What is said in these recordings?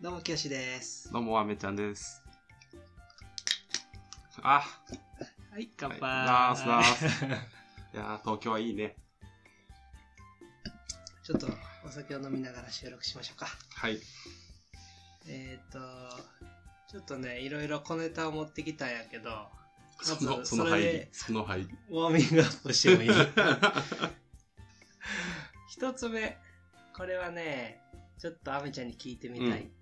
どうも、きよしです。どうも、あめちゃんです。あ、はい、乾杯。ナースナーいやー、東京はいいね。 ちょっと、お酒を飲みながら収録しましょうか。はい。えっ、ー、と、ちょっとね、いろいろ小ネタを持ってきたんやけど、その、ずそのれ入りで。その入り。ウォーミングアップしても いい一つ目、これはね、ちょっとアメちゃんに聞いてみたい。うん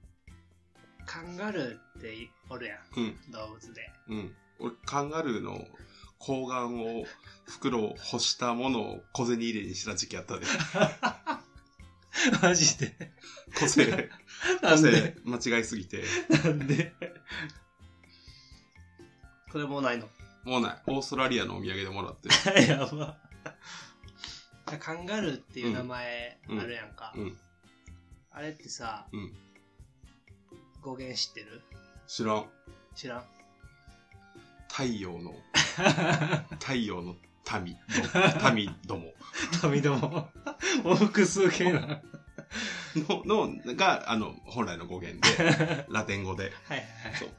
カンガルーっておるやうん、ん、動物 で。うん。俺、カンガルーの睾丸を、袋を干したものを小銭入れにした時期あ ったで。マジで。個性、な個んで性、間違いすぎて。なんでこれもうないのもうない。オーストラリアのお土産でもらってる。やば。カンガルーっていう名前あるやんか。うんうんあれってさ、うん語源知ってる知らん。知らん太 陽の、太陽の民、民ども。民ども。もう複数形な。はいの、の、が、あの、本来の語源で、 ラテン語で。はい。そう。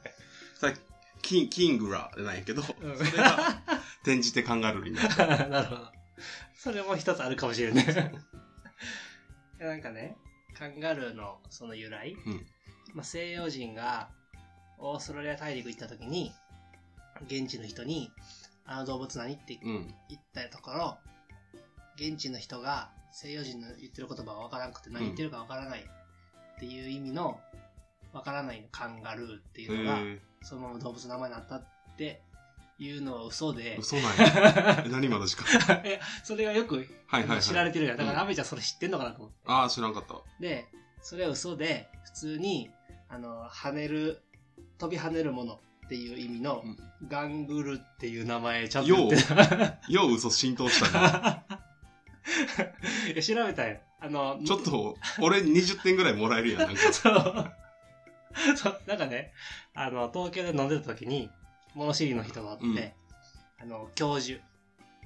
さキン、キングラなんやけど、そうんれが、転じてカンガルーになる。 なるほど。それも一つあるかもしれない。いやなんかね、カンガルーのその由来、うんまあ、西洋人がオーストラリア大陸行った時に、現地の人に、あの動物何ってうん。言ったところ、現地の人が西洋人の言ってる言葉がわからなくて何言ってるかわからないっていう意味の、わからないのカンガルーってえいうのが、ー、そのまま動物の名前になったっていうのは嘘で、嘘なんや。え何まだしか。はいや、 それがよくいはい知らはい。れてるやん。だかうら、アんメちゃんそれ知ってんのかなと思って。ああ、知らんかった。で、それは嘘で、普通に、あの、跳ねる、飛び跳ねるものっていう意味の、ガングルっていう名前ちゃんと言ってた。よう嘘浸 透したな。いや調べたよ。あの、ちょっと、俺20点ぐらいもらえるやん。なんか そう。そう、なんかね、あの、東京で飲んでた時に、物知りの人があって、うんあの、教授、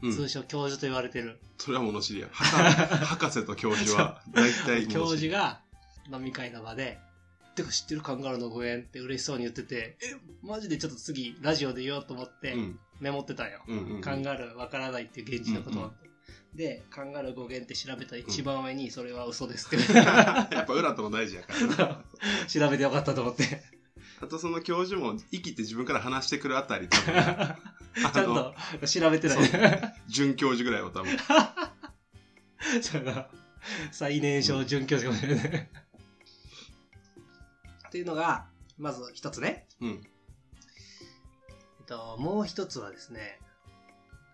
うん通。称教授と言われてる、それは物知りや。博博士と教授は、大体教物知授り。が飲み会の場で、てか知ってるカンガルーのご縁って嬉しそうに言ってて、え、マジでちょっと次ラジオで言おうと思ってうん。メモってたよ。うんうんうん。カンガルーわからないっていう現地のことうんうはん。で、カンガルー語源って調べたら一番上にそれは嘘ですって やっぱ裏とも大事やからな。調べてよかったと思って。あとその教授も生きて自分から話してくるあたり多分あ ちゃんのと調べてないそ。准教授ぐらいは多分そうやな最年少准教授かもしれないね。っていうのが、まず一つね。うんえっと、もう一つはですね、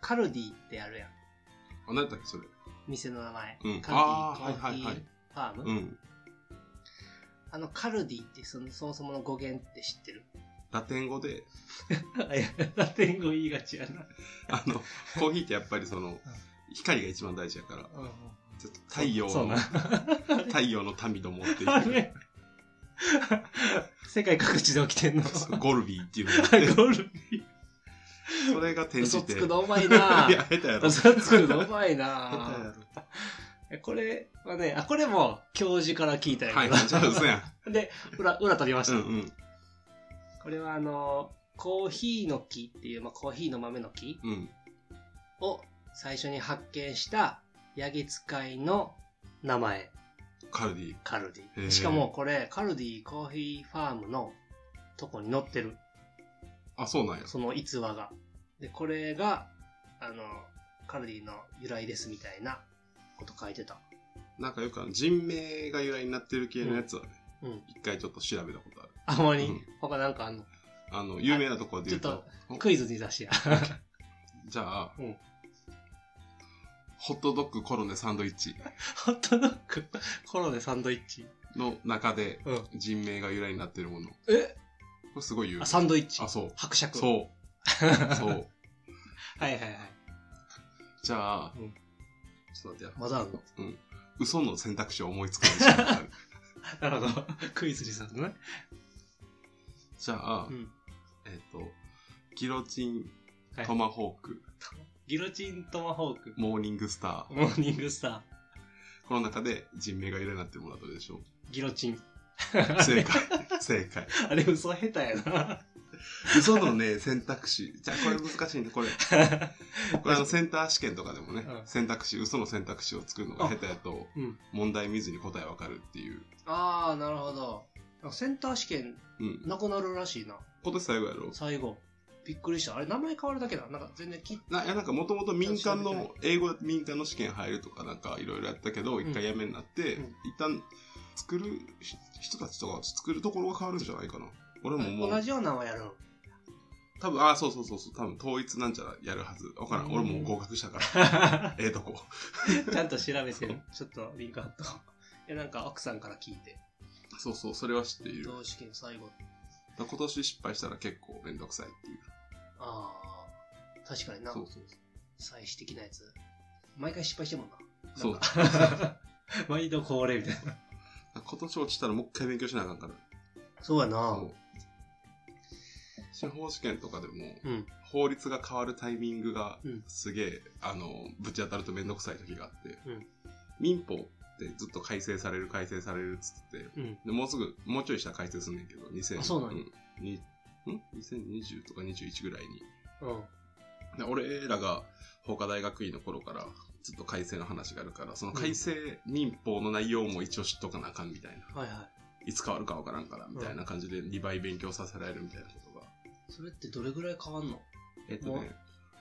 カルディってあるやん。あ何だったっけそれ店の名前。うんカルディあコあーーはいはヒいーはフいァーム、うんあのカルディってそのそもそもの語源って知 ってるラテン語でいや、ラテン語言いがちやな。あのコーヒーってやっぱりその光が一番大事やからちょっと太陽そうのな。 太陽の民どもってあいうれ 世界各地で起きてんの。 そうゴルビーっていうのがあってゴルフそれが転嘘じてついくのうまいな や下手やろ下嘘つくのうまい手や なろこれはね、あ、これも教授から聞いたやはいじゃあ嘘や んで、裏、裏取りましうた。んうんこれはあの、コーヒーの木っていう、まあ、コーヒーの豆の木うんを最初に発見したヤギ使いの名前、カルディカルデへィ。ーしかもこれ、カルディコーヒーファームのとこに載ってる、あそうなんやその逸話が。で、これが、あの、カルディの由来ですみたいなこと書いてた。なんかよくあの人名が由来になってる系のやつはねうん。一回ちょっと調べたことあるあんまりうん他なんかあんのあの、有名なところでち言ょっうとと、クイズに出 してや。じゃあ、うんホットドッグコロネサンドイッチホットドッグ、コロネサンドイッチ。の中でうん。人名が由来になってるもの。こえれすごい有名。あ、サンドイッチ。あ、そう。伯爵。う。そう。そう。はいはいはい。じゃあ、 うんちょっと待ってや。まだあんの嘘の選択肢を思いつくのに時 間がかかるなるほど。クイズにするね。じゃあ、うん。えっ、と、ギロチン、はいトマホーク、ギロチントマホーク。モーニングスター。モーニングスター。 この中で人名が由来になってるものはどれでしょうギロチン。正解。正解。 あれ嘘下手や な。嘘のね、選択肢。じゃあこれ難しいね、これ。これあのセンター試験とかでもね、うん選択肢、嘘の選択肢を作るのが下手やと、うん問題見ずに答えわかるっていう。ああ、なるほど。センター試験うん。なくなるらしいな。今年最後やろ最後。びっくりした。あれ、名前変わるだけだ。なんか全然き、な、いやなんかもともと民間ちょっとの、英語民間の試験入るとかなんかいろいろやったけど、ん一回やめになって、うん一旦作るひ人たちとか作るところが変わるんじゃないかな。俺もも同う、じようなのはやる の。多分、ああ、そうそうそうそう、多分統一なんちゃらやるはず。わからん。俺もう合格したから、 ええとこ。ちゃんと調べてる。 ちょっとリンク貼っとこう。い や、なんか奥さんから聞いて。そうそう、それは知っている。同試験最後。今年失敗したら結構めんどくさいっていう。ああ。確かになそ。うそうそう。最終的なやつ。毎回失敗してんもんな。そうなんか。 毎度恒例みたいな。今年落ちたらもう一回勉強しなあかんから。そうやなそう司法試験とかでも、うん。法律が変わるタイミングがうんすげえ、あのぶち当たると面倒くさい時があって、うん民法ってずっと改正される改正されるっつっててうん。でもうすぐもうちょいしたら改正すんねんけど2000あそうなんやうんにん2020とか21ぐらいにうん。で俺らが法科大学院の頃からずっと改正の話があるからその改正民法の内容も一応知っとかなあかんみたいな、はいはい。いつ変わるかわからんからみたいな感じで2倍勉強させられるみたいなことがそれってどれぐらい変わんのえっともねう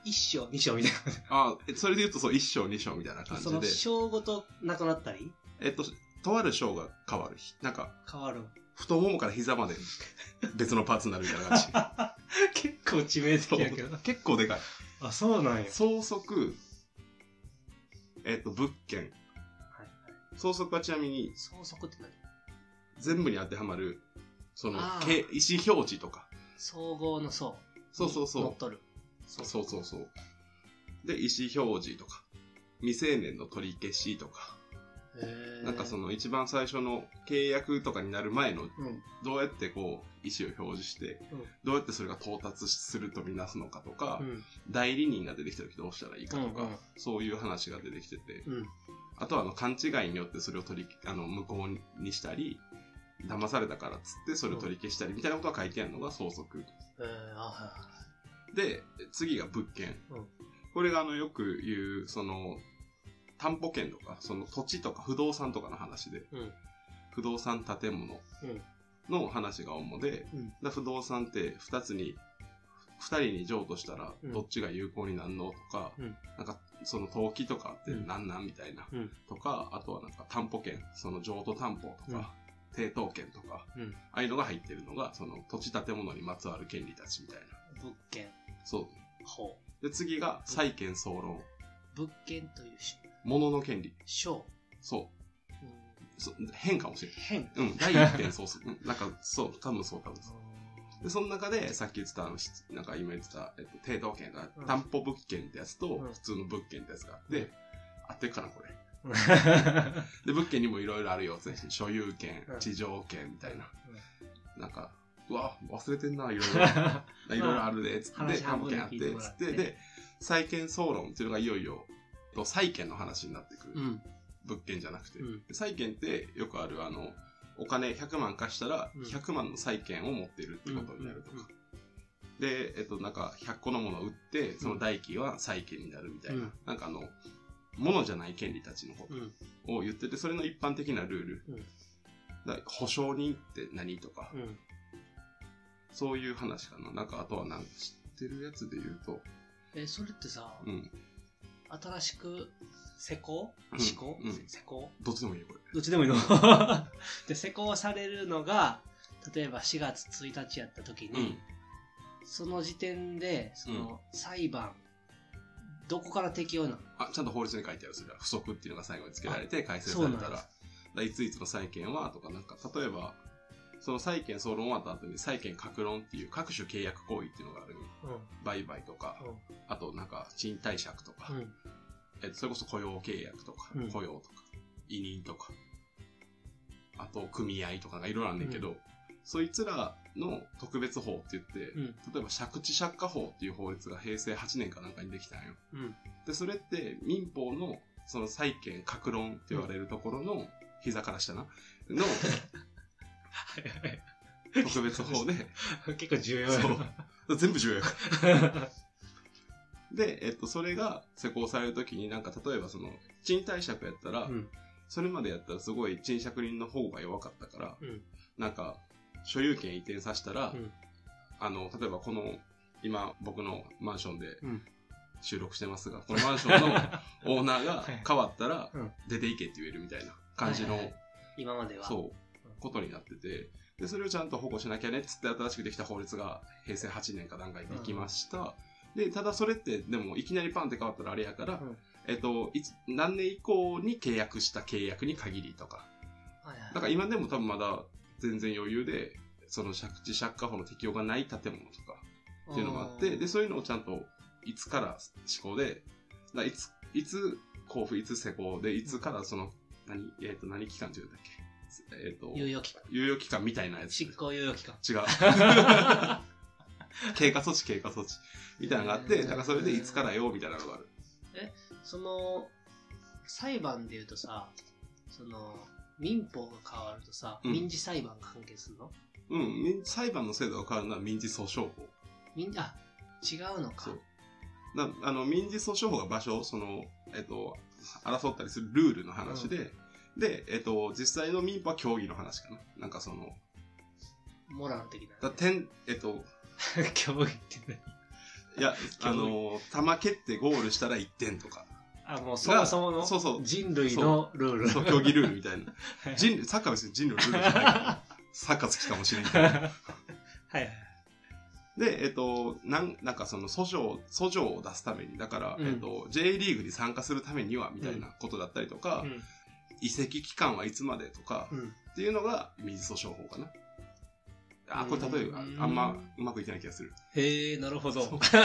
一章、二章みたいあえそれで言うとそう1章2章みたいなな。感じ そので章ごとなくなったりえっと、とある章が変わる。なんか、変 わる。太ももから膝まで別のパーツになるみたいな感結構致命じ。そ的やけどう。結構でかい。 あ、そうなんや。相続、えっと、物件。はい相続はちなみに相続って何全部に当てはまる、そのあ、ーけ意思表示とか。総合の層。そうそう乗っそとる。う。そうそうそう。で、意思表示とか。未成年の取り消しとか。へーなんかそ、の一番最初の契約とかになる前うのん。どうやってこう意思を表示して、うんどうやってそれが到達するとみなすのかとか、うん。代理人が出てきた時どうしたらいいかとか、うんうんそういう話が出てきててうん。あとはあの勘違いによってそれを取りあの無効にしたり騙されたからっつってそれを取り消したりみたいなことが書いてあるのが相続えー、あはで次が物件、うんこれがあのよく言うその担保権とかその土地とか不動産とかの話でい。うん。不動産建物うんの話が主で、うんだから不動産って2つに2人に譲渡したらうんどっちが有効になんのとか、うんなんかその登記とかってうんなんなんみたいな、うんとかあとはなんか担保権その譲渡担保とか、抵当権とかうん。ああいうのが入ってるのがその土地建物にまつわる権利たちみたいな物件。そほう。うで次が債権総論、物件というし物の権利章。そうんうそう変かもしれ変。ないうん第1点そうするなんかそう多分そう多分そうで、その中で、さっき言ってた、あの、しなんか今言ってた、えっと、抵当権がう、ん担保物件ってやつと、うん普通の物件ってやつがあって、うん合ってるかな、これ。うんで、物件にもいろいろあるよ、全所有権う、ん地上権みたいな。なんか、うわ、忘れてん な、いろいろ。いろいろあるで、つって、話担半保分で権あっ聞て、いてもつらっってて、で、債権総論っていうのがいよいよ、と債権の話になってくる。うん。物件じゃなくて。うんで債権って、よくある、あの、お金100万貸したらうん、 100万の債権を持ってるってことになるとか。で、えっと、なんか、100個のものを売って、その代金は債権になるみたいな、うんなんかあの、ものじゃない権利たちのこうん。とを言ってて、それの一般的なルール。うんだ保証人って何とか、うん。そういう話かな。なんか、あとはなんか知ってるやつで言うと、え、それってさ、うん、新しく施工うん施工うん施工どっちでもいいよ、これ。どっちでもいいので、施工されるのが、例えば4月1日やった時うに、ん。その時点で、その裁判、どこから適用なのあ、ちゃんと法律に書いてある、それは。不足っていうのが最後に付けられて、改正されそうなたんらで、だいついつの債権は、とか、なんか、例えば、その債権総論終わった後に、債権各論っていう各種契約行為っていうのがあるよ売買とか、あとなんか賃貸借とか、うん。えっとそれこそ雇用契約とか、うん雇用とか、委任とか、あと組合とかがいろいろあんねんけど、そいつらの特別法って言って、うん。例えば借地借家法っていう法律が平成8年かなんかにできたんよ。うん。で、それって民法のその債権格論って言われるところの、膝から下な、の特別法で、結構重要そよ。う。 全部重要。で、えっと、それが施行されるときに、なんか、例えばその、賃貸借やったら、うんそれまでやったらすごい賃借人の方が弱かったから、うんなんか、所有権移転させたら、うんあの、例えばこの、今僕のマンションでうん収録してますが、このマンショ ンのオーナーがはい変わったらうん、出ていけって言えるみたいな感じの、はいはい今までは。そうう、ことになってて、で、それをちゃんと保護しなきゃねっつって新しくできた法律が平成8年か段階できました。で、ただそれって、でもいきなりパンって変わったらあれやから、うんえっと、いつ、何年以降に契約した契約に限りとか、はいはいだから今でも多分まだ全然余裕で、その借地借家法の適用がない建物とかっていうのがあって、うんで、そういうのをちゃんといつから施行で、だいつ、いつ交付、いつ施行で、いつからその、何、えっ、と、何期間って言うんだっけえっ、と、猶予期間。猶予期間みたいなやつ。違執行猶予期間。 う。経過措置、経過措置。みたいなのがあって、だからそれでいつからよ、みたいなのがある。その、裁判で言うとさ、その、民法が変わるとさ、うん民事裁判関係するの、うん、民裁判の制度が変わるのは民事訴訟法。民あ、違うのかそ。う。なあの民事訴訟法が場所、その、えっと、争ったりするルールの話で、で、えっと、実際の民法は競技の話かな。なんかその、モラル的な、だ点、えっと、競技ってね。いや、競技あの、玉蹴ってゴールしたら1点とか。あ、もうそもそものそうそう。人類のルール。そう、競技ルールみた いな。はい人類サッカーは別に人類のルールじゃないから、サッカー好きかもしれんけど。はいはい。で、えっと、なんなんかその訴訟、訴状を出すために、だから、うんえっと、J リーグに参加するためには、みたいなことだったりとか、うん移籍期間はいつまでとか、うんっていうのが民事訴訟法かな。あ、これ例えば、あうんあんまうまくいってない気がする。へえ、なるほど。 そう例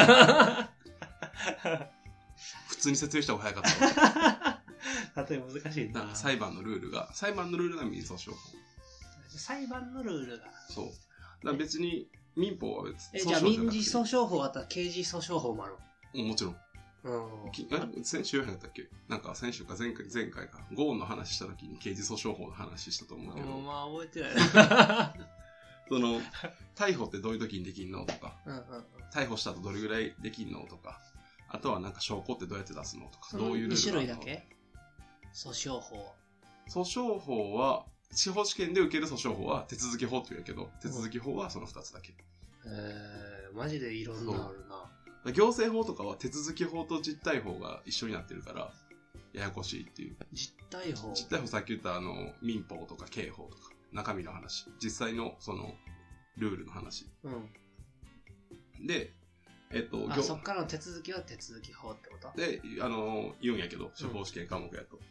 普通に説明した方が早 かったわえ難しいなんなか。裁判のルールが、裁判のルールが民事訴訟法。裁判のルールが。そう。だから別に民法は別え、じゃあ民事訴訴訟法あったら刑事訴訟法もある訟もちろん。のうん。きえ先週やったっけなんか先週か前回、前回か、ゴーンの話した時に刑事訴訟法の話したと思うけど、もうまあ覚えてない。 その、逮捕ってどういう時にできんのとか、うんうんうん。逮捕した後どれぐらいできんのとか、あとはなんか証拠ってどうやって出すのとか、そどのういうルール2種類があだるのけ訴訟法。訴訟法は、司法試験で受ける訴訟法は手続き法って言うけど、手続き法はその2つだけ。えー、マジでいろんなのあるな。行政法とかは手続き法と実態法が一緒になってるから、ややこしいっていう。実態法。実態法さっき言ったあの、民法とか刑法とか、中身の話。実際のその、ルールの話。うん。で、えっと、あ、行そっからの手続きは手続き法ってことで、あの、言うんやけど、司法試験科目やと。えー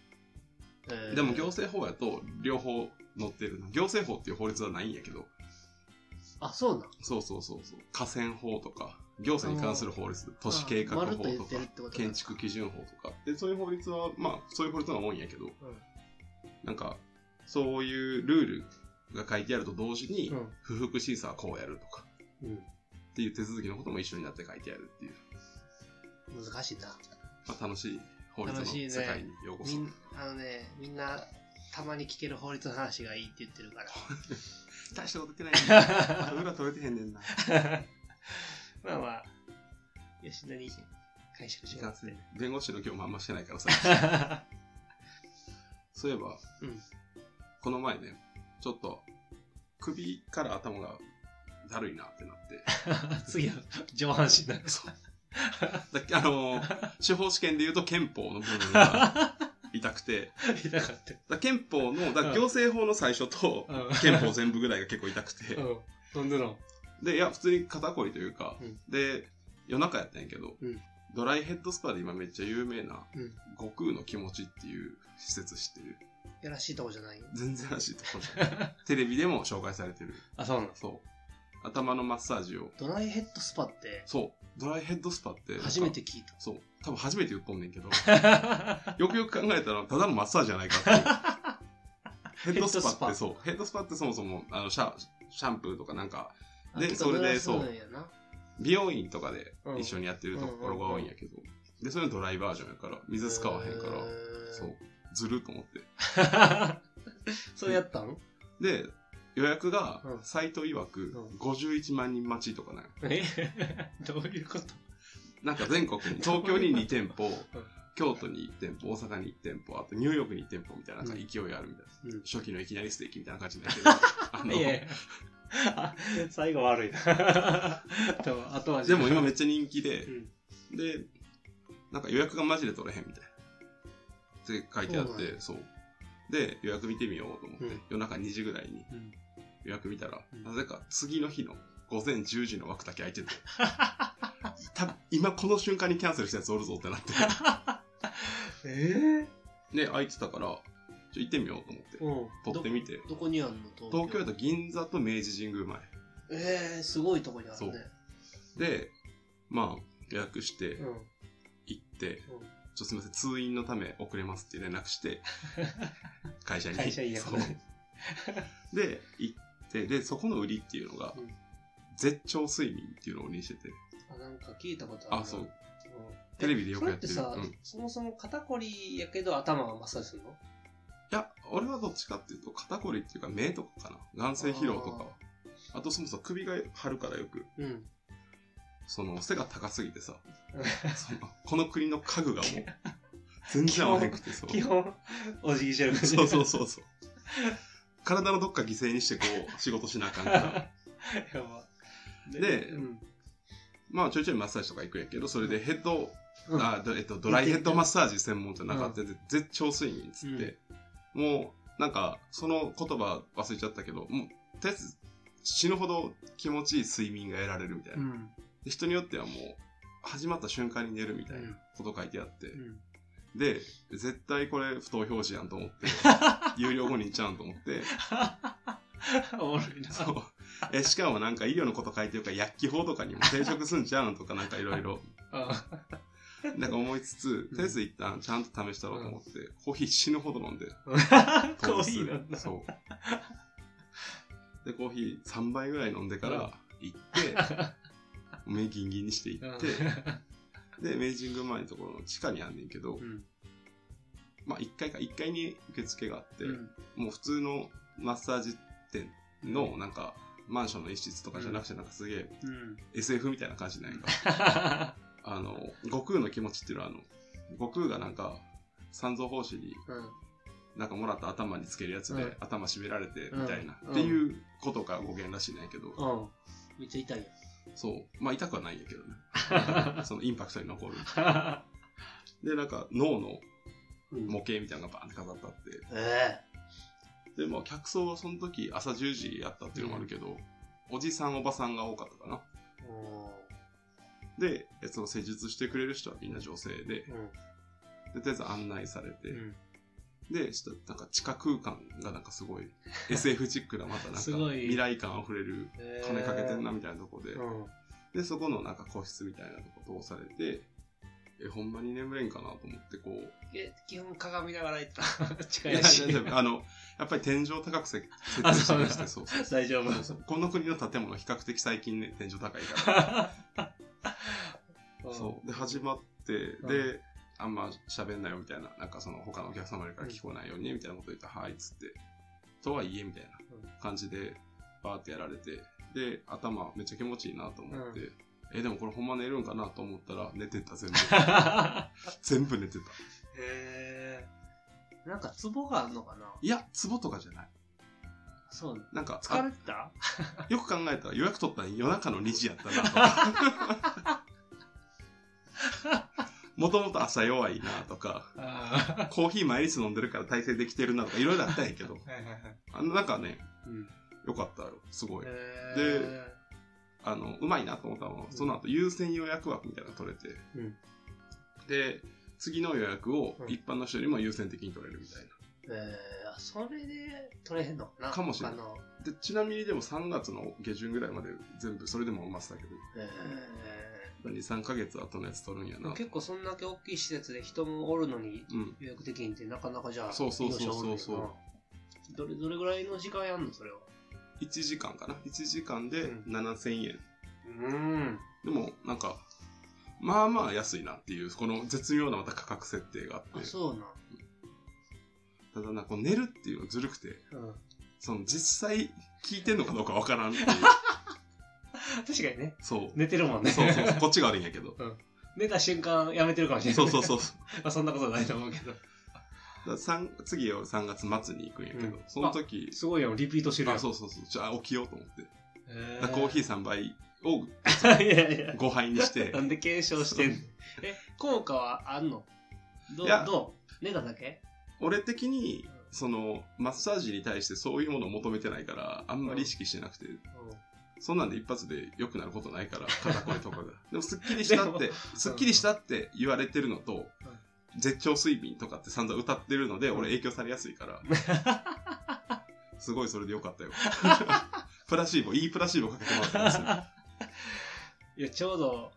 でも行政法やと、両方載ってるな。行政法っていう法律はないんやけど、あ、そうなん。そうそうそうそう。河川法とか、行政に関する法律、都市計画法あまるっと言とっかてるってこと、だ建築基準法とか。で、そういう法律は、まあ、そういう法律が多いんやけど、なんか、そういうルールが書いてあると同時に、うん不服審査はこうやるとか、うっていう手続きのことも一緒になって書いてあるっていう、ん。難しいな。まあ、楽しい法律の楽しいね世界にようこみそ。んあのね、みんな、たまに聞ける法律の話がいいって言ってるから。大したこと言って ない んだ。裏取れてへんねんな。まあまあ、吉田に解釈しいまかんすせねん。弁護士の業務あんましてないからさ。そういえば、うんこの前ね、ちょっと、首から頭がだるいなって なって、 次は上半身だ。そうだっけあの ー、司法試験で言うと憲法の部分が痛くて、痛かった。だ憲法の、だうん行政法の最初とうん憲法全部ぐらいが結構痛くて、うん。どんどん。で、いや、普通に肩こりというか、うんで、夜中やったんやけど、うんドライヘッドスパで今めっちゃ有名な、うん悟空の気持ちっていう施設知ってる。やらしいとこじゃないよ。全然らしいとこじゃない。テレビでも紹介されてる。あ、そうなのそう。頭のマッサージを。ドライヘッドスパって、そう。ドライヘッドスパって。初めて。聞 いた。そう。多分初めて言っとんねんけど。 よくよく考えたら、ただのマッサージじゃないかっていう。ヘッドスパってそう。ヘッドスパってそもそも、あの、シャシャンプーとかなんか、あでてかそれでドライそうヘッドスパなんやな美容院とかでうん一緒にやってるところが多いんやけど。で、それのドライバージョンやから、水使わへんからへ、ー そう。ずるっと思って。それやったので、予約がうん、サイト曰くうん、 51万人待ちとかね。え どういうことなんか全国に、東京に2 店舗うん、京都に1店舗、大阪に1店舗、あとニューヨークに1店舗みたいな、なんか勢いあるみたいな。うん初期のいきなりステーキみたいな感じ になってる。あのいやいやあ最後悪い な。でも後味でも今うんめっちゃ人気でう、んで、なんか予約がマジで取れへんみたいな。って書いてあっそうなんて、そう。で、予約見てみようと思って、うん夜中2時ぐらいに予約見たら、うんなぜか次の日の午前10時の枠だけ 空いてて、多分今この瞬間にキャンセルしたやつおるぞってなって。えで、空いてたから、ちょ行ってみようと思ってー、、うん。取ってみて。どこにあんの東京だと銀座と明治神宮前。えー、すごいとこにあるね。で、まあ、予約して、うん。行って、ちょすみません、通院のため遅れますって連絡 して、会社に。会社いいやそうで、行って、で、そこの売りっていうのが、うん絶頂睡眠っていうのを売りにしてて、あ、なんか聞いたことあるなあ、そう。、うんテレビでよくやってるそれってさ、うんそもそも肩こりやけど頭はマッサージするのいや、俺はどっちかっていうと、肩こりっていうか、目とかかな。眼性疲労とか。あと、そもそも首が張るからよく、うん。その、背が高すぎてさうん、そのこの国の家具が もう、全然合わなくて、そう。基本、お辞儀してる感じ。そう そうそうそう。体のどっか犠牲にしてこう、仕事しなあかんから。やば。でうん。まあちょいちょいマッサージとか行くんやけど、それでヘッド、うんあどえっと、ドライヘッドマッサージ専門じゃなかった、で絶頂睡眠っつって、もうなんかその言葉忘れちゃったけど、もうとりあえず死ぬほど気持ちいい睡眠が得られるみたいな。うん。で人によってはもう始まった瞬間に寝るみたいなこと書いてあって、うん。で、絶対これ不当表示やんと 思って、有料後に行っちゃうんと思って、おもろいな。そう。え、しかもなんか医療のこと書いてるから薬機法とかにも抵触すんちゃうんとかなんかいろい ろあなんか思いつつう、んとりあえず一旦ちゃんと試したろうと思って、コーヒー死ぬほど飲んで。コーヒーなん糖だ。質そう。で、コーヒー3杯ぐらい飲んでから行って、目ギンギンにして行って、で、明治神宮前のところの地下にあんねんけど、うん。まあ1階か、1階に受付があって、うん。もう普通のマッサージ店のなんか、マンションの一室とかじゃなくて、なんかすげえうん。 SF みたいな感じなんやんか。あの、悟空の気持ちっていうのは、あの、悟空がなんか、三蔵法師にうん。なんかもらった頭につけるやつで、うん頭締められてうんみたいな、うんっていうことが語源らしいんやけど、うん。めっちゃ痛いよ。そうまあ痛くはないんやけど ねそのインパクトに残るあでなんか脳のうん模型みたいなのがバーンって飾ってあってえでまあ客層はその時朝10時やったっていうのもあるけど、おじさんおばさんが多かったかなえおでえその施術してくれる人はみんな女性でーうん。でとりあえず案内されて、うんでしたなんか地下空間がなんかす ごい SF チックなまたなんかすごい未来感あふれるえー金かけてんなみたいなとこで、うん。で、そこのなんか個室みたいなとこ通されて、え、ほんまに眠れんかなと思って、こう。え基本鏡見ながら行った。近いやいし。大丈夫あの、やっぱり天井高くせ設定あしてそうなまんしだて、そうそう大丈そう夫。そうこの国の建物、比較的最近ね、天井高いから。そう。で、始まって、うで、あんま喋んないよみたいな、なんかその他のお客様から聞こえないようにねみたいなこと言って、はいっつって、とはいえみたいな感じで、バーってやられて、で、頭めっちゃ気持ちいいなと思って、え、でもこれほんま寝るんかなと思ったら、寝てた、全部。全部寝てた。へえなんかツボがあるのかないや、ツボとかじゃない。そうね。なんか、疲れてたあよく考えたら予約取ったら夜中の2時やったなとか。もともと朝弱いなとか、あコーヒー毎日飲んでるから体勢できてるなとか、いろいろあったんやけど、 ーはいはいはいあのなんかね、うんよかったよ、すごい。へであの、うまいなと思ったのは、その後優先予約枠みたいなの取れて、うんで、次の予約をうん一般の人よりも優先的に取れるみたいえーあそれで取れへんのかなかもしれない他のな。で、ちなみにでも3月の下旬ぐらいまで全部それでも埋まってたけど、え2、3ヶ月後のやつ取るんやーでもな。結構そんだけ大きい施設で人もおるのにうん。予約できんってなかなかじゃあそうそうそうそう利用者おるのよなどれどれぐらいの時間やんのそれは1時間かな1時間でうん7000円、うんでもなんかまあまあ安いなっていうこの絶妙なまた価格設定がああってそうなただなこう寝るっていうのずるくてうんその実際聞いてんのかどうかわから んっていう。確かにね。そう。寝てるもんね。そ うそうそう、こっちが悪いん やけど。寝た瞬間やめてるかもしれない。そうそうそうそう。 まあそんなことはないと思うけど。だ三次は3月末に行くんやけど、うんその時、すごいよ、リピートしてるあよ。そうそうそう、じゃあ起きようと思って。へだからコーヒー3杯 をー。いやいや。 5杯に してな、んで検証して んのえ、効果はあんのどういやどう寝ただけ俺的に、その、マッサージに対してそういうものを求めてないから、あんまり意識してなくて、そんなんで一発で良くなることないから、肩こりとかが。でも、すっきりしたっ でて、すっきりしたって言われてるのと、絶頂睡眠とかって散々歌ってるので、うん俺影響されやすいから、すごいそれで良かったよ。 プラシーボ、いいプラシーボかけてもらったんですよ。いや、ちょうど、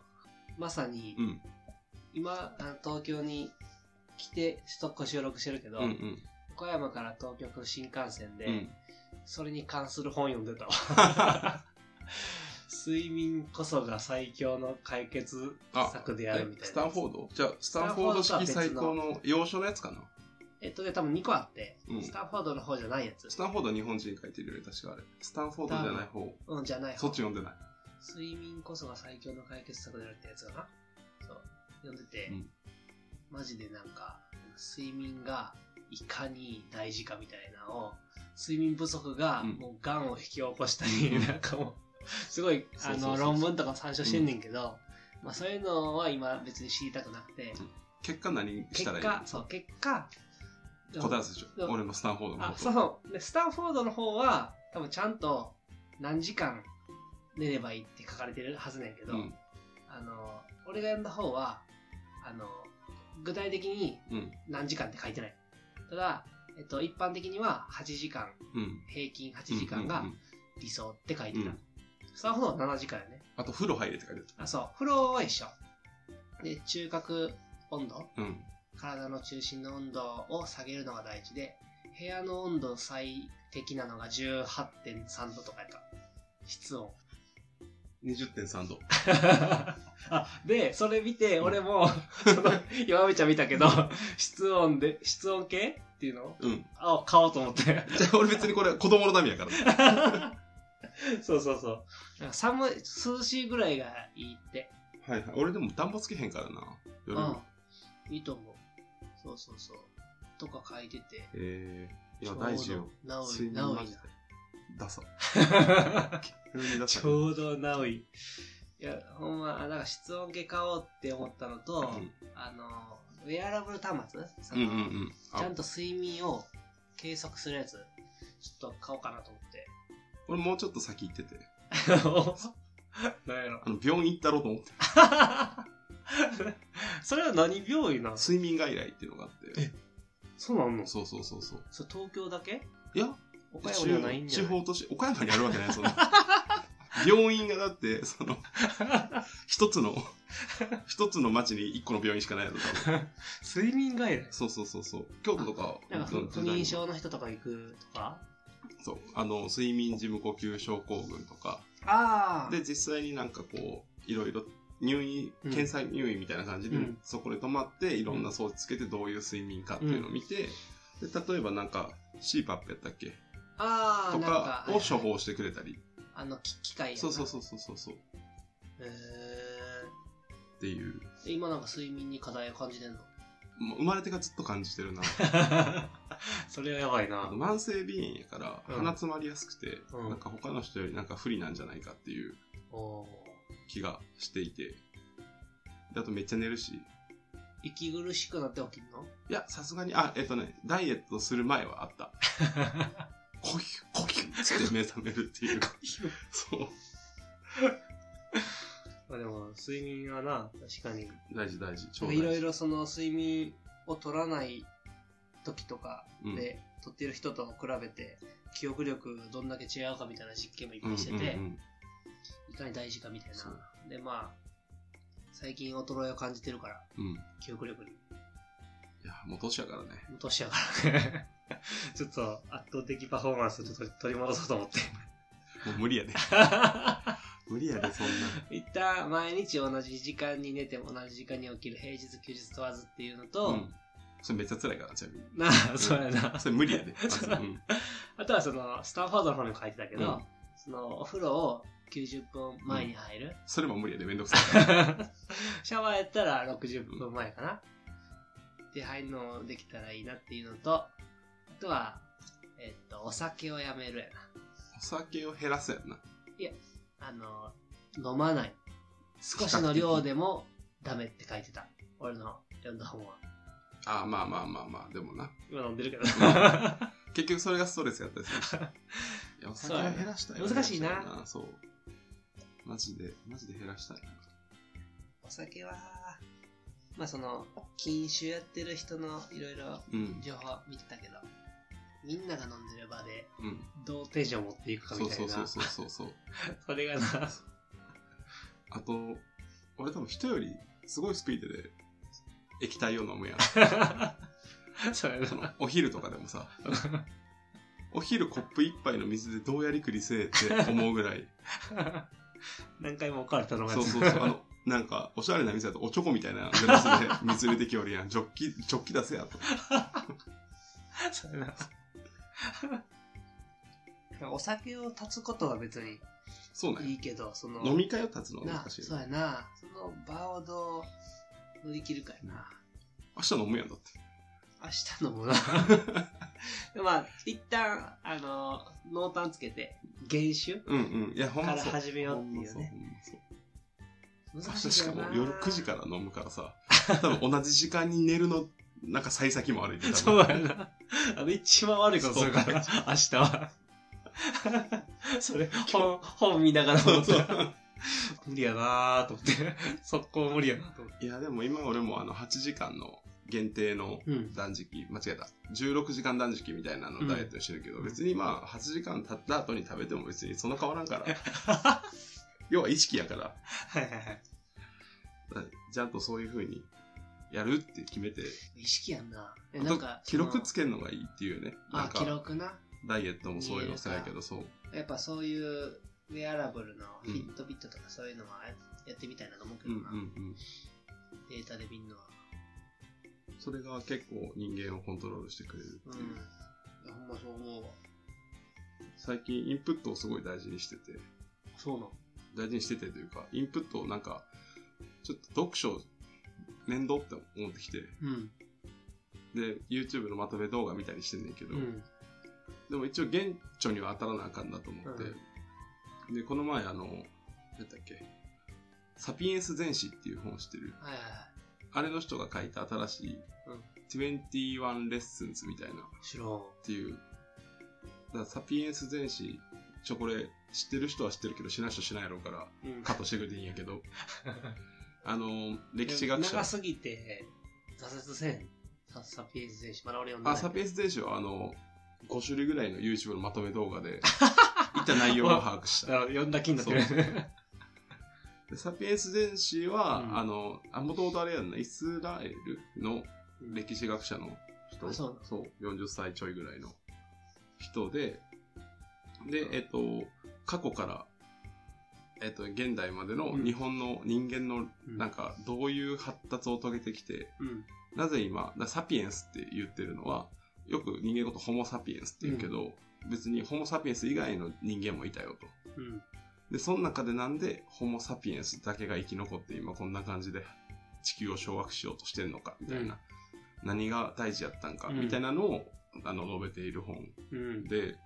まさに、うん今、あの東京に来て、ストック収録してるけど、うんうん。岡山から東京来る新幹線で、うん。それに関する本読んでた わ。睡眠こそが最強の解決策であるみたいな。スタンフォードじゃあ、スタンフォード式最高の洋書のやつかな。えっとね、多分2個あって、うんスタンフォードの方じゃないやつス。タンフォードは日本人書いてるよね、確かあれ。スタンフォードじゃない方。うん、じゃない方そっち読んでない。睡眠こそが最強の解決策であるってやつかな。そう。読んでて、うんマジでなんか、睡眠がいかに大事かみたいなのを、睡眠不足がうんもう癌を引き起こしたり、うんなんかもう、すごい、そうあそうその、う論文とか参照してんねんけど、まあそういうのは今別に知りたくなくて、結果何し結たらいい果、そう、結果、の答えすでしょ。俺のスタンフォードのあこ、と。そう。で、スタンフォードの方は、多分ちゃんと何時間寝ればいいって書かれてるはずなんやけど、うん。あの、俺がやんだ方は、あの、具体的にうん。何時間って書いてない。ただ、えっと、一般的には8時間、うん。平均8時間がうんうんうん理想って書いてた。うんスタンフォードは7時間やね。あと、風呂入れって書いてあ、そう。風呂は一緒。で、中核温度ある。うん。体の中心の温度を下げるのが大事で、部屋の温度最適なのが18.3度とかやった。室温。 20.3度。あで、それ見て、俺も、 その、弱めちゃん見たけど、室温で、室温計っていうのうん。を買おうと思 って。じゃあ、俺別にこれ子供のためやから。そうそうそう。なんか寒い、涼しいぐらいがいいって。はいはい。俺でも暖房つけへんからな。う夜んは。。いいと思う。そうそうそう。とか書いてて。えー。いちや、ょうど大事よ。なお睡い、眠なおマい ジでな。。ダ サ。急にダサい。ちょうどなおい。いや、ほんま、あなんか室温計買おうって思ったのと、うんあの、ウェアラブル端末そうんのうんうん。ちゃあんと睡眠を計測するやつ、ちょっと買おうかなと思って。俺もうちょっと先行ってて。 なんや ろ。あの、病院行ったろうと思って。それは何病院なの睡眠外来っていうのがあって。そうなんのそうそうそうそう。そう、東京だけいや、岡山にはないんじゃ地ない方都市、岡山にあるわけない、その。 病院がだって、その、一つの、一つの町に一個の病院しかないやろ、多分 睡眠外来。そうそうそうそう。京都とか、なんかうん不眠症の人とか行くとかそう。あの、睡眠時無呼吸症候群とか。あで、実際になんかこう、いろいろ入院、うん検査入院みたいな感じで、うんそこで泊まって、いろんな装置つけてどういう睡眠かっていうのを見て、で、例えばなんか、CPAP やったっけあーとなんかかを処はいはい方してくれたり。あの、機機械やなそうそうそうそうそうそう。へっていう。ー今なんか睡眠に課題を感じてんのもう生まれてからずっと感じてるな。 それはやばいあなと。慢性鼻炎やからうん鼻詰まりやすくて、うんなんか他の人よりなんか不利なんじゃないかっていうおー気がしていて。であとめっちゃ寝るし。息苦しくなって起きるのいや、さすがに、あ、えっとね、ダイエットする前はあった。コヒュコヒュつって目覚める っていう。そう。 まあでも、睡眠はな、確かに。大事大事。超なん大か事。いろいろその睡眠を取らない時とかうんで、取ってる人と比べて、記憶力どんだけ違うかみたいな実験もいっぱいしてて、うんうんうんいかに大事かみたいそうな。で、まあ、最近衰えを感じてるから、うん。い記憶力に。や、もう年やからね。落としやか ちょっと圧倒的パフォーマンスをちょっと取り戻そうと 思って。もう無理やで。ら。無理やで、そんな。一旦、毎日同じ時間に寝ても同じ時間に起きる平日休日問わずっていうのと、うんそれめっちゃ辛いから、ちなみに。な あ、そうやな。それ無理やで。まずうんあとはその、スタンファードの方にも書いてたけど、うんそのお風呂を90分前に入る、それも無理やで、めんどくさいから。 シャワーやったら60分前かな、で入るのできたらいいなっていうのとあとはえっとお酒をやめるやお酒を減らすやんな。なあの飲まない少しの量でもダメって書いてた俺の読んだ本はああ、まあまあまあまあ、でもな。今飲んでるけ ど。結局それがストレスやったりする。いや、お酒そうはやな減らしたい。難しいな減らたそう。マジで、マジで減らしたいな。お酒はまあその禁酒やってる人のいろいろうん。情報見てたけどみんなが飲んでる場でうん。どうテンション持っていくかそみうたいそな。うそうそうそうそう。それがな、あと、俺多分人よりすごいスピードで液体を飲むやん。そうや そのお昼とかでもさ、お昼コップ一杯の水でどうやりくりせえって思うぐらい。な。何回も置かれたのがそうそうそう。あの、なんか、おしゃれな店だとおちょこみたいなグラスで水入れてきおるやん。ジョッキ、ジョッキ出せやと。そうやな。お酒を断つことは別にそうなんやいいけどその飲み会を立つのはな難しいよそうやなその場をどう乗り切るかやな明日飲むやんだって。明日の もなでまあ一旦あの濃淡つけて減酒うんうん。いや、ほんかまらそう。始めようってほんいまうそうねほんまそう難明しい日しかよなも夜9時から飲むからさ、 多分同じ時間に寝るの、なんか幸先も悪 いで多分そうやな。あの、一番悪いことするから、明日 は。それ、本、本見ながら思ったら、無理やなーと思って、速攻無理やなと思って。いや、でも今俺もあの8時間の限定のうん 断食、間違えた。16時間断食みたいなのをダイエットしてるけど、うん別にまあ8時間経った後に食べても別にそんな変わらんから。 要は意識やから、はいはいはい。ちゃんとそういう風にやるって決めて、意識やんなえあなとんか記録つそけるのがいいっていうね。のなんあ記か録なダイエットもそういうのせやけど、そう。やっぱそういうウェアラブルのヒットビットとかそういうのはやってみたいなと思うけうんどうんな、うん。データで見るのはそれが結構人間をコントロールしてくれるうっんていう。いやほんまそう思うわ最近インプットをすごい大事にしてて、そうなの大事にしててというか、インプットをなんか、ちょっと読書、面倒って思ってきて、うんで、YouTube のまとめ動画見たりしてんねんけど、うんでも一応現著には当たらなあかんなと思って、で、この前あの、なんだっけ、サピエンス全史っていう本を知ってる。はいはいはいあれの人が書いた新しい、21 Lessons みたいなっ知らんていう、だからサピエンス全史、ちょ、これ知ってる人は知ってるけど知らない人は知らんやろうから、うんカットしてくれていいんや けど、あの、歴史学者長。すぎて挫折せんササピエンス選手まだ俺読んでないあ、サピエンス全史はあの、5種類ぐらいの YouTube のまとめ動 画で、いった内容を把握した。あの呼んだ気になってる。でサピエンス全史は、うんあの、あ、もともとあれやんな、イスラエルの歴史学者の 人、あそう40歳ちょいぐらいの人で、で、えっと、過去から、えっと、現代までのうん日本の人間の、うんなんか、どういう発達を遂げてきて、うんなぜ今、だからサピエンスって言ってるのは、よく人間のことホモサピエンスって言うけど、別にホモサピエンス以外の人間もいたよと。うんで、その中でなんでホモサピエンスだけが生き残って今こんな感じで地球を掌握しようとしてるのか、みたいな。何が大事やったんか、うんみたいなのを、あの、述べている本うんで、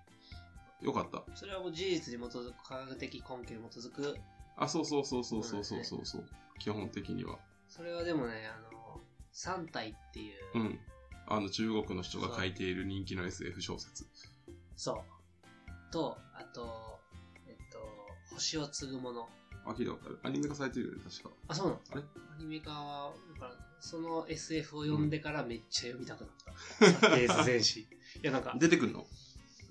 よかった。それはもう事実に基づく科学的根拠に基づくあ、そうそうそうそうそうそうそうそう。基本的には。それはでもねあの三体っていう、うん。あの、中国の人が書いている人気の SF 小説。そうとあとえっと星を継ぐものあ、聞いたことある。アニメ化されてるよね、確か。あそうなのあれアニメ化はだからその SF を読んでからめっちゃ読みたくなった、サピエンス全史。いや、なんか、出てくんの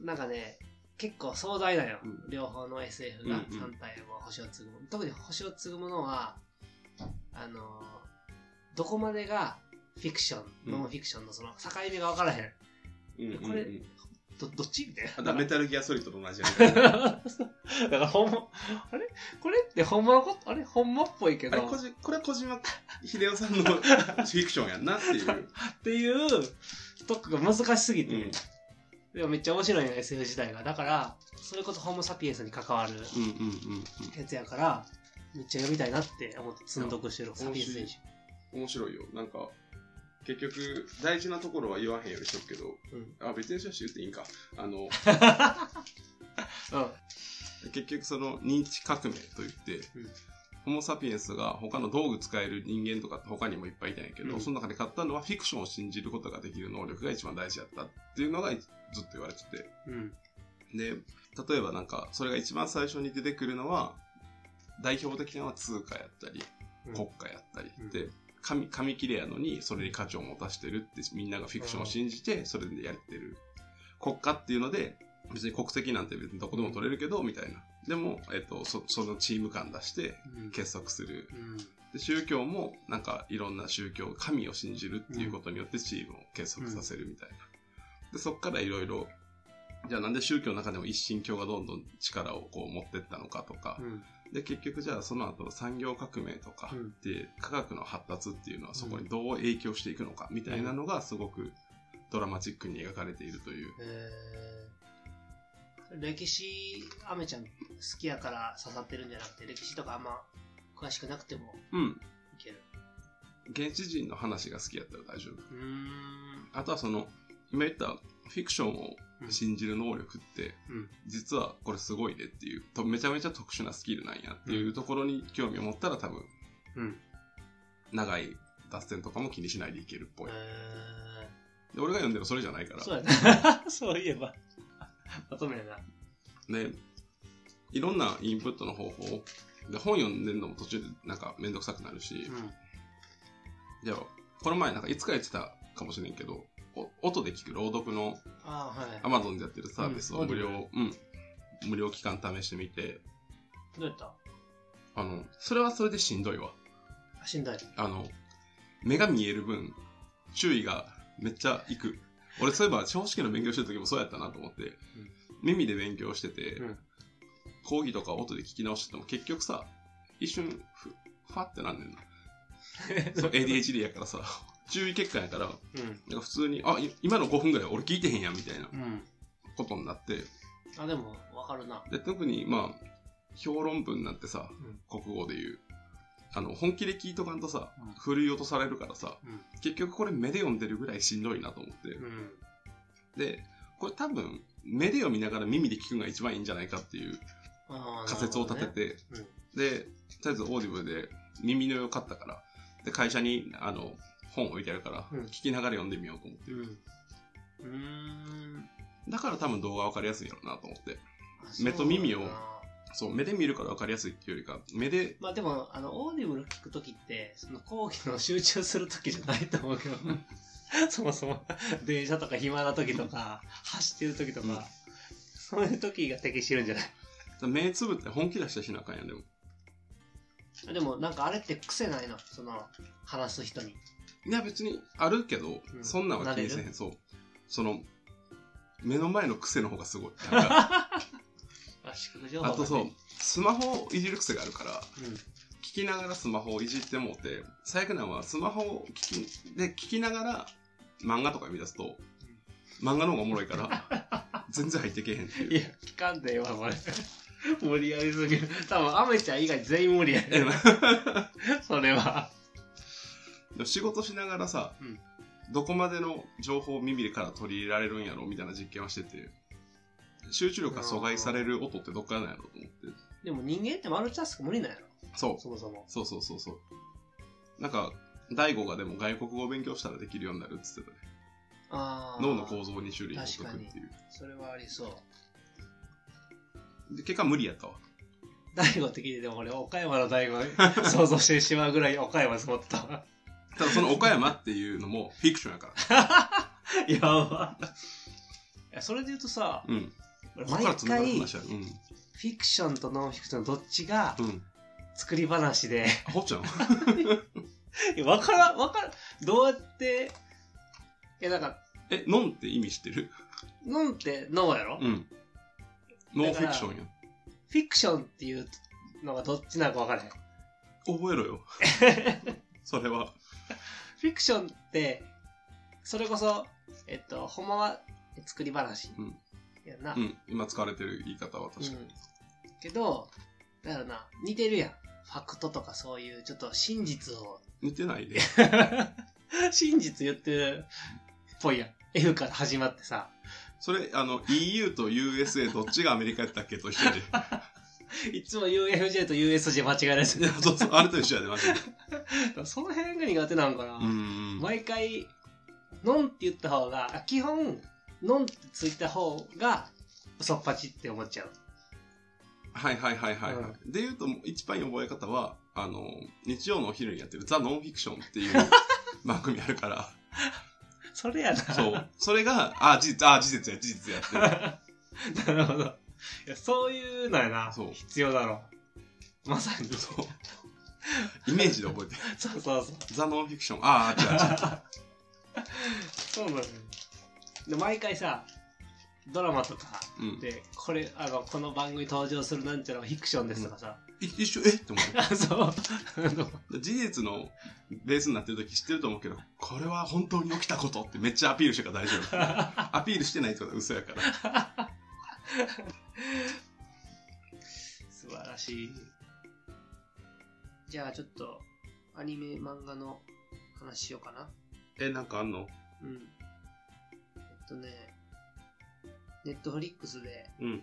なんかね結構壮大だよ、うん両方の SF がうんうん三体も星を継ぐもの特に星を継ぐものはあのーどこまでがフィクション、うんノンフィクションのその境目が分からへんうんうんうんこれどどっちみたいあな。だからメタルギアソリッドと同じやり方 だから本物、あれこれって本物こあれ本物っぽいけあどれ、こじ、これは小島秀夫さんのフィクションやんなっていう。っていうとこが難しすぎて、うんでもめっちゃ面白いね SF 時代がだからそれこそホモ・サピエンスに関わるうんうんうんやつやからめっちゃ読みたいなって思って積んどくしてるサピエンス選手うん。面白いよ。なんか、結局、大事なところは言わへんようにしとくけど、うんあ、別にそれは言っていいんか。あ の、うん結局その認知革命といって、うんホモ・サピエンスが他の道具使える人間とかって他にもいっぱいいたんやけど、うんその中で買ったのはフィクションを信じることができる能力が一番大事やったっていうのがずっと言われててうんで例えばなんかそれが一番最初に出てくるのは代表的なのは通貨やったりうん国家やったり、うんで紙紙切れやのにそれに価値を持たしてるってみんながフィクションを信じてそれでやってる国家っていうので別に国籍なんて別にどこでも取れるけどみたいなでも、えっと、そそのチーム感出してうん結束するうんで宗教もなんかいろんな宗教神を信じるっていうことによってチームを結束させるみたいな、でそっからいろいろじゃあなんで宗教の中でも一神教がどんどん力をこう持ってったのかとかう、んで結局じゃあその後産業革命とかうんで科学の発達っていうのはそこにどう影響していくのかみたいなのがすごくドラマチックに描かれているという、えー、歴史、アメちゃん好きやから刺さってるんじゃなくて、歴史とかあんま詳しくなくてもうん、いける。現地人の話が好きやったら大丈夫うーん。あとはその今言ったフィクションを信じる能力って、うん実はこれすごいねっていうとめちゃめちゃ特殊なスキルなんやっていうところに興味を持ったら多分うん長い脱線とかも気にしないでいけるっぽい、えで俺が読んでるそれじゃないかー、らそうやね。 そういえばまとめやなで、いろんなインプットの方法、で、本読んでるのも途中でなんかめんどくさくなるし、でこの前なんかいつか言ってたかもしれんけど、お音で聞く朗読のああ、はい。 Amazon でやってるサービスうをん無料、うん、無料期間試してみて、どうやったあの、それはそれでしんどいわ。あしんど い。あの、目が見える分、注意がめっちゃいく。俺、そういえば、司法試験の勉強してる時もそうやったなと思って、耳で勉強してて、うん講義とか音で聞き直してても、結局さ、一瞬、ふ、ふわってなんねんな。そう ADHD やからさ、 注意欠陥やから、うんなんか普通に、あ、い今の5分ぐらい俺聞いてへんやんみたいなうんことになって、あ、でも、わかるな。で、特に、まあ、評論文なんてさ、国語で言う、あの、本気で聞いとかんとさ、うん振り落とされるからさ、うん結局これ目で読んでるぐらいしんどいなと思って。うんで、これ多分、目で読みながら耳で聞くのが一番いいんじゃないかっていうあー仮説を立て。て、なるで、とりあえずオーディブルで耳の良かったから、で、会社に、あの、本置いてあるから、うん聞きながら読んでみようと思って。うんうんうーん。だから多分動画わかりやすいんやろうなと思って。あそう目と耳をなんだなそう、目で見るからわかりやすいっていうよりか、目で、まあでも、あの、オーディブル聞くときって、その講義の集中するときじゃないと思うけど、 そもそも電車とか暇な時とか走ってる時とか、うんそういう時が適してるんじゃない目つぶって本気出したしなあかんやん、でも。でもなんかあれって癖ないのその、話す人に。いや別にあるけど、うんそんなんは気にせ慣へんそうその目の前の癖の方がすごいなんかあ、宿情報あがねとそう。スマホをいじる癖があるからうん。聞きながらスマホをいじってもうて最悪なのはスマホを聞きで聞きながら漫画とか読み出すと漫画の方がおもろいから全然入ってけえへんっていいうや、聞かんでよ、これ。 無理やりすぎる。多分、アメちゃん以外全員無理やえり。なそれは。でも仕事しながらさ、うんどこまでの情報を耳から取り入れられるんやろみたいな実験はしてて集中力が阻害される音ってどっからなんやろと思ってでも人間ってマルチタスク無理なんやろそうそもそも。そうそうそうそう。なんか、大悟がでも外国語を勉強したらできるようになるって言ってたね。ああ。脳の構造に種類を解確くかっにていう。それはありそう。で結果無理やったわ。大悟的にでも俺、岡山の大悟 想像してしまうぐらい岡山そったわ。ただその岡山っていうのもフィクションやから。やば。いや、それで言うとさ、うん。俺ここから毎つながる回、話フやうィクションとノンフィクションどっちがん。うん。作り話で。あほっちゃんいやわからん、わからん。どうやって、いや、なんか、。え、ノンって意味知ってるノンってノーやろ、うん。ノーフィクションや。フィクションっていうのがどっちなのか分からへん。 覚えろよ。それは。フィクションって、それこそ、えっと、ほんまは作り話うんやんな。うん。今使われてる言い方は確かに。うんけど、だからな、似てるやん。ファクトとかそういう、ちょっと真実 を、似てないで。真実言ってるっぽいやん。F から始まってさ、それ、あの、EU と USA どっちがアメリカやったっけと一緒で。いつも UFJ と USJ 間違えられていやる。そうそうあれと一緒やで、マジで。その辺が苦手なのかな。うん。毎回、ノンって言った方が、あ基本、ノンってついた方が、嘘っぱちって思っちゃう。はいはいはいはい。はいで言うと、一番いい覚え方は、あの、日曜のお昼にやってるザ・ノンフィクションっていう番組あるから、それやな。そう。それが、あ、事実、あ、事実や、事実やって る。なるほど。いや、そういうのやな。そう必要だろう。まさに。そう。イメージで覚えてる。そうそうそう。ザ・ノンフィクション、ああ、違う違う。そうなのよ。で、毎回さ、ドラマとかうん、で、これ、あの、この番組登場するなんちゃらはフィクションですとかさ。い一緒えって思あ、 そう。あの う事実のベースになってる時知ってると思うけどこれは本当に起きたことってめっちゃアピールしてるから大丈夫アピールしてないってことは嘘やから素晴らしい。じゃあ、ちょっと、アニメ、漫画の話しようかな。えなんかあんのうん。えっとね、ネットフリックス で、うん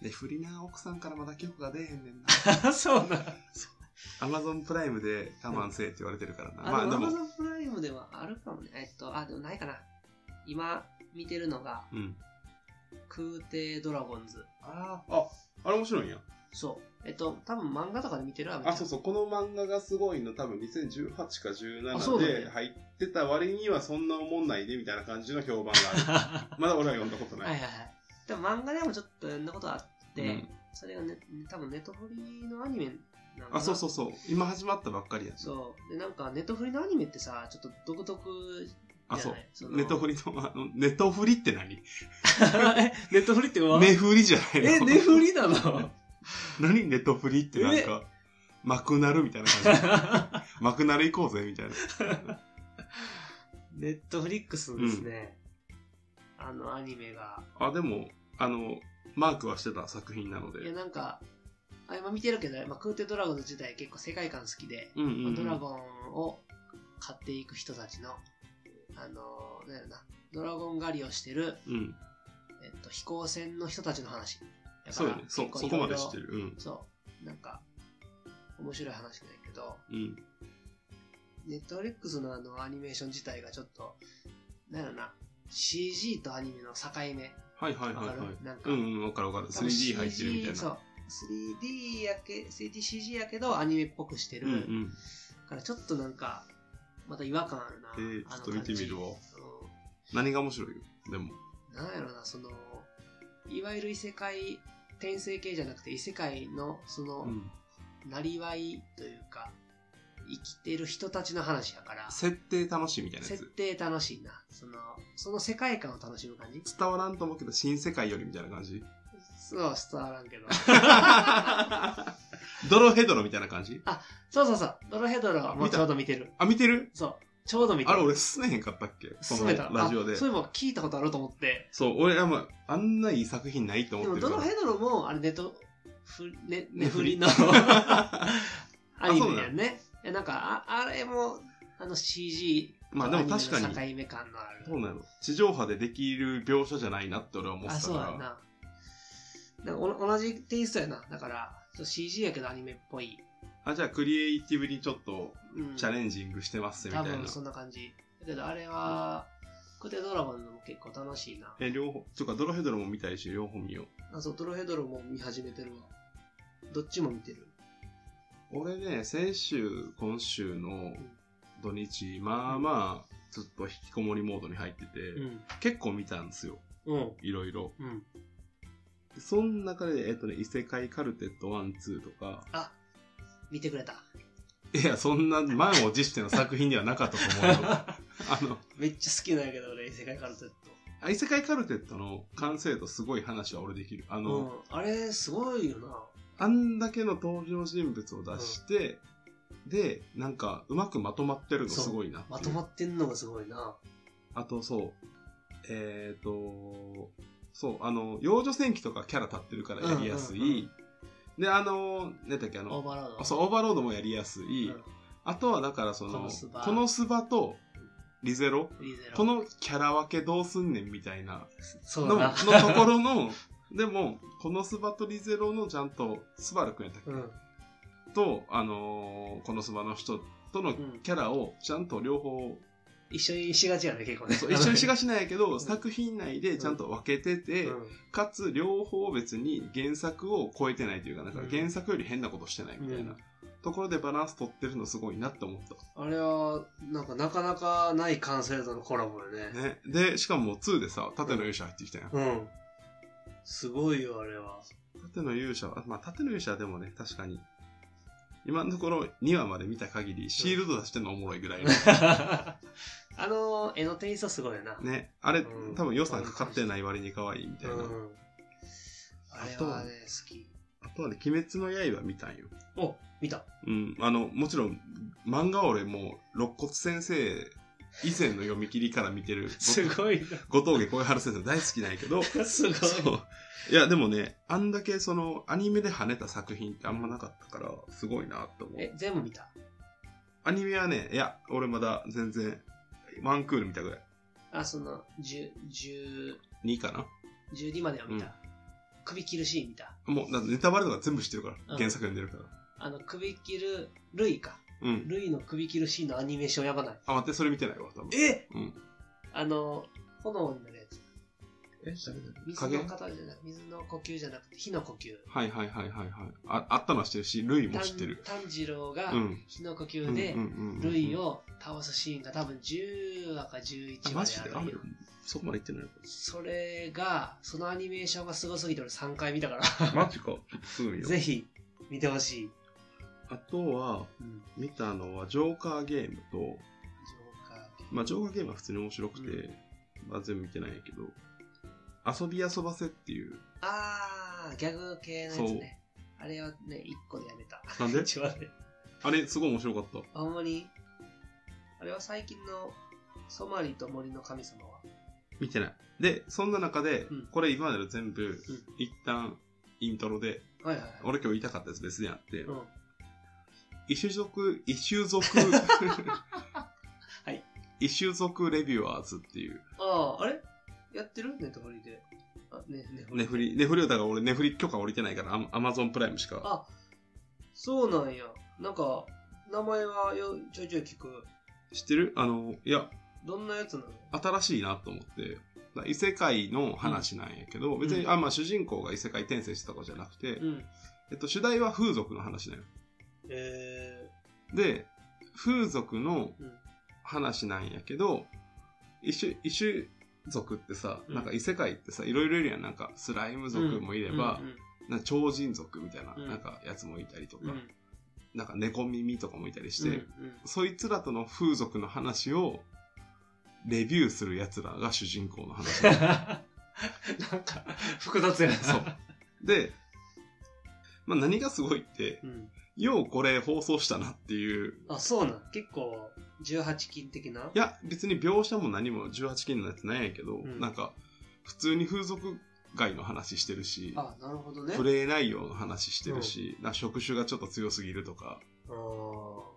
でフリな奥さんからまだ記憶が出えへんねんなあ、そうな。アマゾンプライムで我慢せえって言われてるからな、あまあの、でアマもゾンプライムではあるかもね。えっと、あ、でもないかな。今、見てるのが、うん空挺ドラゴンズ。あーああれ面白いんやそう。えっと、多分漫画とかで見てるわ、あそうそうこの漫画がすごいの多分2018かあそう17だねで入ってた割にはそんなおもんないでみたいな感じの評判 があるはまだ俺は読んだこといな い、はいはい。でも漫画でもちょっと読んだことあって、うんそれがね、多分ネットフリのアニメなのかなあそうそうそう今始まったばっかりやそう。で、なんか、ネットフリのアニメってさ、ちょっと独特じゃあないそうそのネトフリの、あの、ネトフリって何え ネットフリってわネフリじゃないのえ、ネフリなの 何ネトフリってなんか、マクナルみたいな感じ。マクナル行こうぜみたいな。 ネットフリックスのですね、あのアニメが、あ、でも、あの、マークはしてた作品なのいやで。なんか、あ今見てるけど、まあ、空挺ドラゴンズ自体結構世界観好きで、うんうん、うん。ドラゴンを買っていく人たちの、あのー、なんやろな、ドラゴン狩りをしてる、うん。えっと、飛行船の人たちの話。だかそうらよね。そ結構そいころまいろで知ってる。うん。そう。なんか、面白い話なんやけど、うん。ネットフリックスのあのアニメーション自体がちょっと、なんやろな、CG とアニメの境目。はいはいはいはわかいる。なんかうんうん、わかるわかる。多分 3D 入ってるみたい CG そな。う。3D やけ、3DCG やけどアニメっぽくしてる。うんうん。からちょっとなんか、また違和感あるな。えーあのちょっと見てみるわ感じうん何が面白いよ。でも。なんやろな、その、いわゆる異世界、転生系じゃなくて異世界の、その、うん。なりわいというか、生きてる人たちの話やから、設定楽しいみたいなや設つ。定楽しいな。その、その世界観を楽しむ感じ伝わらんと思うけど、新世界よりみたいな感じ。 そう、伝わらんけど。ドロヘドロみたいな感じそうそうそう、ドロヘドロあも見たちょうど見てる。あ、見てるそう、ちょうど見てある。れ俺進めへんかったっけこ進のめた。ラジオであ。そういえば聞いたことあると思って。そう、俺はまあ、あんないい作品ないとで思っも、てるドかロら。ヘドロも、あれ、ネット、ふ、ね、ネネフフリリの、 アニメやね。えなんかあ、あれも、あの CG まあでも確かアニメに、の境目感のある。どうなの地上波でできる描写じゃないなって俺は思っあ、てたそうかやら。な。なんかお同じテイストやな。だから、ちょっと CG やけどアニメっぽい。あ、じゃあクリエイティブにちょっとうん、チャレンジングしてますみたいな多。分そんな感じ。だけど、あれは、クテドラゴンのも結構楽しいな。え、両方、とかドロヘドロも見たいし、両方見よう。あ、そう、ドロヘドロも見始めてるわ。どっちも見てる。俺ね、先週、今週の土日、まあまあ、ずっと引きこもりモードに入ってて、ん。結構見たんですよ。うん。いろいろ。うん。その中で、えっとね、異世界カルテット1、2とか、あ、見てくれ た。いや、そんな満 を持しての作品ではなかったと思うよ。あの、めっちゃ好きなんやけど、俺、異世界カルテット。異世界カルテットの完成度すごい話は俺できる。あうの、ん。あれ、すごいよな。あんだけの登場人物を出して、で、なんか、うまくまとまってるのすごいなっていうまとまってんのがすごいな。あと、そう、えっ、と、そう、あの、幼女戦記とかキャラ立ってるからやりやすい。うんうんで、あの、なんだっけ、あオーの、バーロード。そう、オーバーロードもやりやすい。うんあとは、だから、そこののス、バこのスバとリゼロ、リゼロこのキャラ分けどうすんねんみたいなそうのだのな。ところの、でも、このスバとリゼロのちゃんと、スバルくんやったっけ、うん。と、あのーこのスバの人とのんキャラをちゃんと両方、一緒にしがちやね、結構ね。そう一緒にしががしないけど、ん作品内でちゃんと分けてて、かつ両方別に原作を超えてないというか、なんかうん原作より変なことしてないみたいな、うんところでバランス取ってるのすごいなって思っあれは、なんかなかなかない完成度のコラボよた。ね。ね。で、しかも2でさ、縦の勇者入ってきたやん。うん。すごいよ、あれは。縦の勇者は、まあ縦の勇者はでもね、確かに、今のところ2話まで見た限り、シールド出してんのおもろいぐらいの。 あの、絵のテイストすごいよな。ね。あれ、うん多分予算かかってない割に可愛いみたういな。ん。あれはね、好き。あとはね、鬼滅の刃見たんよ。お、見た。うん。あの、もちろん、漫画は俺もう、肋骨先生以前の読み切りから見て る、すごいご後藤家小江原先生大好きなんやけど、な。 すごい。 そう。いや、でもね、あんだけその、アニメで跳ねた作品ってあんまなかったから、すごいなと思 う。え、全部見たアニメはね、いや、俺まだ全然、ワンクール見たぐらい。あ、その、10、10、 2かな12までは見た。首切るシーン見た。もう、だってネタバレとか全部知ってるかうら、ん原作読んでるから。あの、首切る、ルイか。うん。ルイの首切るシーンのアニメーションやばない。あ、待って、それ見てないわ、多分。えうん。あの、炎になるやつ。え水影の方じゃない、水の呼吸じゃなくて、火の呼吸。はいはいはいはいはい。ああったのは知ってるし、ルイも知ってる。炭炭治郎がうん。火の呼吸で、ルイを倒すシーンが多分10話かあ11マ話ジででああんまるりよ。そこまで言ってないのそれが、そのアニメーションがすごすぎて俺3回見たから、マジか。すぐ見よ うぜひ見てほしい。あとは、うん。見たのは、ジョーカーゲームと、ジョーカーまあ、ジョーカーゲームは普通に面白くて、うまあ、全部見てないんやけど、遊び遊ばせっていう。あー、ギャグ系のやつね。あれはね、1個でやめた。な んで一話で。あれ、すごい面白かった。あんまり、あれは最近のソマリと森の神様は。見てない。で、そんな中で、うんこれ今までの全部、一旦、イントロで、はいはいはい。俺今日言いたかったやつ別であって、うん。一種族、一 種族、い一種族レビュアーズっていう、ああ、あれやってるネタフリで。あ、ね、ね、ネフリ、ネフリだから俺ネフリ許可降りてないから、アマアマゾンプライムしか。あ、そうなんや。なんか、名前はよちょいちょい聞く。知ってるあの、いや、どんなやつなの新しいなと思って、だから異世界の話なんやけど、別に、うんあ、まあ主人公が異世界転生してたとかじゃなくて、うん。えっと、主題は風俗の話なんよ。えで、風俗のうん話なんやけど、一種、一種族ってさ、うんなんか異世界ってさ、いろいろいるやん。なんかスライムー、族もいれば、うんうんなんか超人族みたいな、うんなんかやつもいたりとか、うん、なんか猫耳とかもいたりして、うん うんそいつらとの風俗の話をレビューする奴らが主人公の 話なんか、複雑やな。そう。で、まあ、何がすごいってう、ん。ようこれ放送したなっていう、あ、そうなん。結構、18禁的ないや、別に描写も何も18禁のやつなんやけど、んなんか、普通に風俗街の話してるし、あ、なるほどね。プレイ内容の話してるし、なんか職種がちょっと強すぎるとか、あー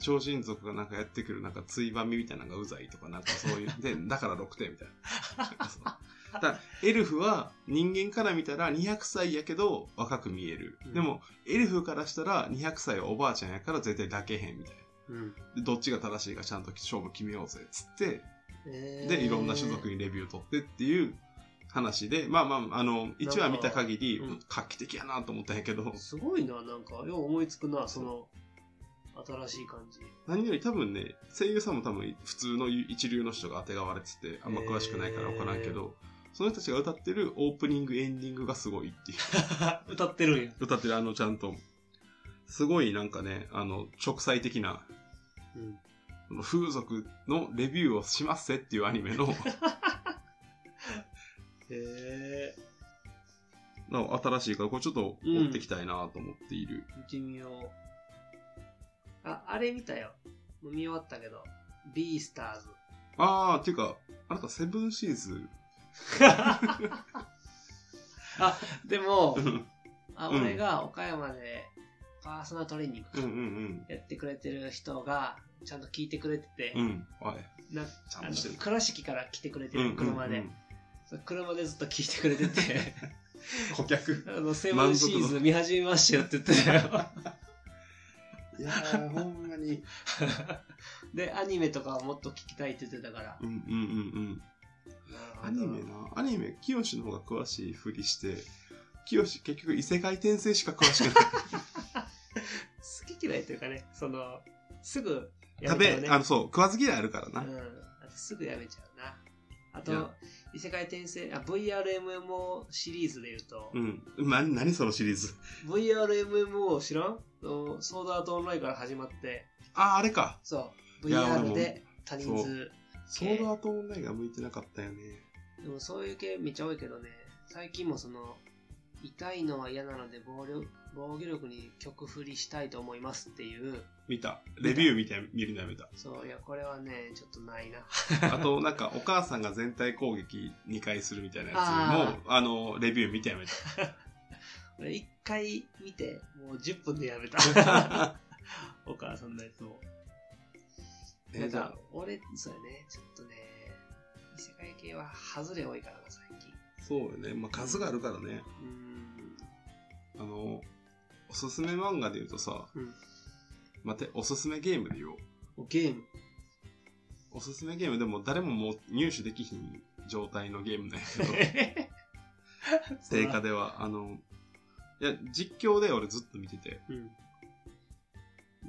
超人族がなんかやってくるなんかついばみみたいなのがうざいとかなんかそういうでだから6点みたいなそうだからエルフは人間から見たら200歳やけど若く見える、うんでもエルフからしたら200歳はおばあちゃんやから絶対抱けへんみたいうん。なでどっちが正しいかちゃんと勝負決めようぜっつってえーでいろんな種族にレビュー取ってっていう話でまあまああの1話見た限りうん画期的やなと思ったんやけど、すごいな、なんか、よう思いつくな、その、新しい感じ。何より多分ね声優さんも多分普通の一流の人があてがわれててあんま詳しくないから分からんけど、その人たちが歌ってるオープニングエンディングがすごいっていう 歌ってるんや。歌ってるあのちゃんとすごいなんかねあの直裁的なうん。 風俗のレビューをしますぜっていうアニメのえー、なお新しいから、これちょっと追っていきたいなと思っている。見てみよう。あ、あれ見たよ。もう見終わったけど。ビースターズ。あー、っていうか、あなたセブンシーズ。あ、でもう、んあ、うん俺が岡山でパーソナルトレーニングうんうんやってくれてる人が、ちゃんと聞いてくれてて、うん。うん。はい。なちあゃんのとしてる。倉敷から来てくれてうんうんるうん車で、その車でずっと聞いてくれてて、 顧客。 あの、セブンシーズ見始めましたよって言ってたよ。 いやー、ほんまに。で、アニメとかはもっと聞きたいって言ってたからう。んうんうんうん。アニメな、アニメ、清の方が詳しいふりして、清結局異世界転生しか詳しくない。好き嫌いというかね、その、すぐや食めちゃうねべ、あの、そう、食わず嫌いあるからうな。ん。あとすぐやめちゃうな。あいとや、異世界転生、あ、VRMMO シリーズで言うと、うん。な、何そのシリーズ。 VRMMO 知らんのソードアートオンラインから始まって、あー、あれか。そう、いや俺 VR もで他人数。ソードアートオンラインが向いてなかったよね。でもそういう系めっちゃ多いけどね、最近もその、痛いのは嫌なので暴力防御力に曲振りしたいと思いますっていう、見た。レビュー見て、見るの やめた。そう、いや、これはね、ちょっとないな。あと、なんか、お母さんが全体攻撃2回するみたいなやつあも、あの、レビュー見てやめ俺一回見て、もう10分でやめ た。た。お母さんのやつを。えなんじゃか、俺、そうやね、ちょっとね、異世界系は外れ多いからな、最近。あそうよね。まあ、数があるからね。うーん。あの、おすすめ漫画で言うとさ、うん待って、おすすめゲームで言おう。おゲ ーム。おすすめゲームでも誰ももう入手できひん状態のゲームなんやけ ど、定価で。では。あの、いや、実況で俺ずっと見てて。うん。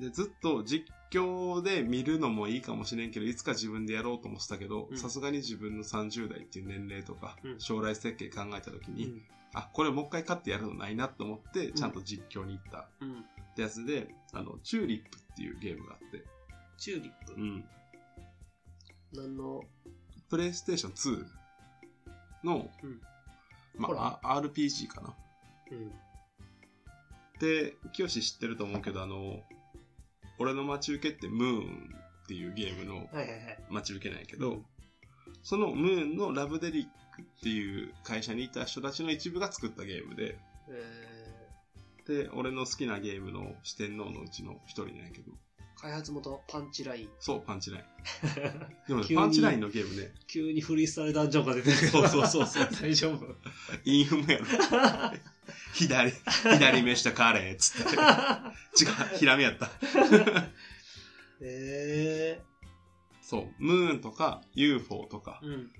で、ずっと実況で見るのもいいかもしれんけど、いつか自分でやろうと思ってたけどう、んさすがに自分の30代っていう年齢とか、うん将来設計考えた時うに、ん。あ、これもう一回買ってやるのないなと思って、ちゃんと実況に行ったうん。ってやつで、あの、チューリップっていうゲームがあって、チューリップ。うん。何の、プレイステーション2の、うんまほらあ、あ RPG かな。うん。で、清知ってると思うけど、あの、俺の待ち受けってムーンっていうゲームのはいはいはい。待ち受けなんやけど、そのムーンのラブデリックっていう会社にいた人たちの一部が作ったゲームで、えで、俺の好きなゲームの四天王のうちの一人なんやけど、ー、開発元、パンチライン。そう、パンチライン。でもね急にパンチラインのゲームね、 急にフリースタイルダンジョンが出てる。そうそうそうそう 大丈夫インフムやろ。左、左目下カレーっつって。違う、ヒラメやった。えそう、ムーンとか UFO とかー。うん。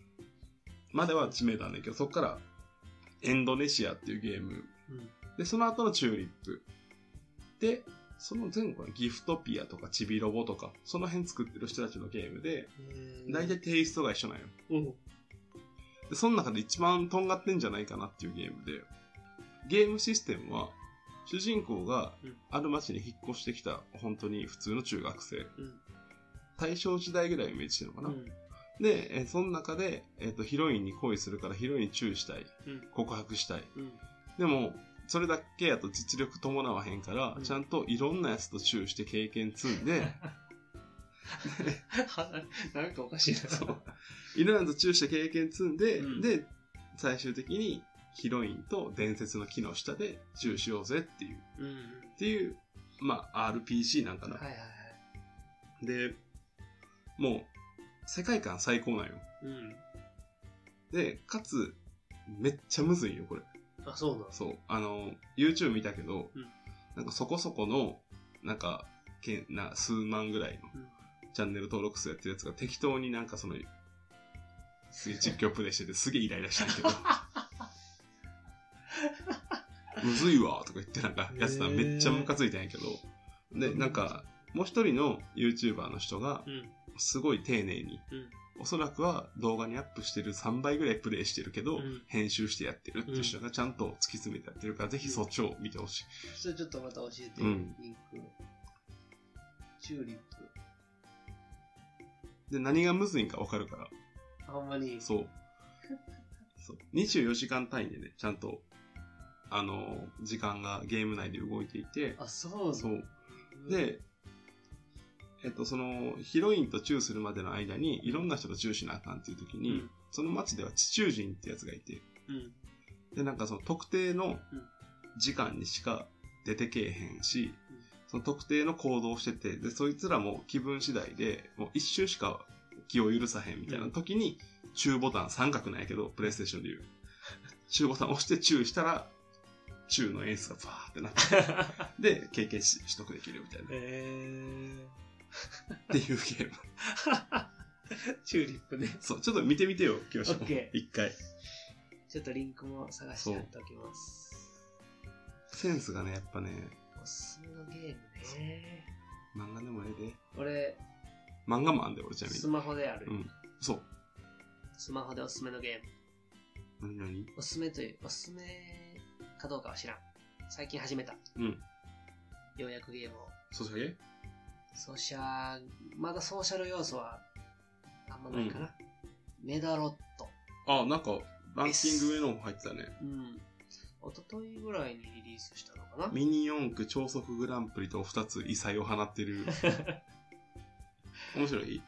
までは知名度あんだけど、そっからエンドネシアっていうゲーム。うん。で、その後のチューリップ。で、その前後のギフトピアとかチビロボとか、その辺作ってる人たちのゲームで、えー大体。テイストが一緒なんよ。うん。で、その中で一番とんがってんじゃないかなっていうゲームで、ゲームシステムは、主人公がうんある町に引っ越してきた、本当に普通の中学生。うん大正時代ぐらいをイメージしてるのかうな。ん。で、えーその中で、えっとヒロインに恋するからヒロインに注意したい、うん告白したいうん。でもそれだけやと実力伴わへんから、うんちゃんといろんなやつとチューして経験積んで は なんかおかしいな。そういろんなやつとチューして経験積んで、うんで最終的にヒロインと伝説の木の下でチューしようぜっていううんうん。っていうまあ RPG なんかな、はいはいはい。でもう世界観最高なんようん。でかつめっちゃむずいよこれあ、そうなんそう。あの、YouTube 見たけど、うんなんかそこそこの、なんか、けんな数万ぐらいのうんチャンネル登録数やってるやつが適当になんかその、すげえ実況プレイしててすげえイライラした んやけど。むずいわとか言ってなんか、やつらめっちゃムカついたんやけど。で、なんか、もう一人の YouTuber の人がう、ん。すごい丁寧に、うんおそらくは動画にアップしてる3倍ぐらいプレイしてるけど、うん編集してやってるっていう人がちゃんと突き詰めてやってるから、ぜひそっちを見てほしい。それちょっとまた教えて、うんリンクをチューリップ。で、何がむずいんかわかるから。あほんまに。そう。そう。24時間単位でね、ちゃんと、あの、時間がゲーム内で動いていて、あ、そう。そうう。で、えっと、その、ヒロインとチューするまでの間に、いろんな人とチューしなあかんっていう時うに、ん。その町では地中人ってやつがいて、うん。で、なんかその特定の時間にしか出てけえへんしうん、その特定の行動をしてて、で、そいつらも気分次第で、もう一周しか気を許さへんみたいな時に、中ボタン三角なんやけど、プレイステーションで言う。 中ボタン押して中したら、中のエースがバーってな って、で、経験し取得できるみたいな。っえ ていうゲーム。ー、チューリップね。そう、ちょっと見てみてよ、清志オッケ一回。ちょっとリンクも探してやっておきます。センスがね、やっぱね、おすすめのゲームね。漫画でもええで。俺、漫画もあんだよ、俺ちなみにス。マホである。うんそう。スマホでおすすめのゲーム。何何おすすめという、おすすめかどうかは知らん。最近始めた。うん。ようやくゲームを。ソシャゲソーシャル、まだソーシャル要素はあんまないかな。メダロット。あ、なんか、ランキング上の方入ってたね。うん。一昨日ぐらいにリリースしたのかな。ミニ四駆超速グランプリと2つ異彩を放ってる。面白い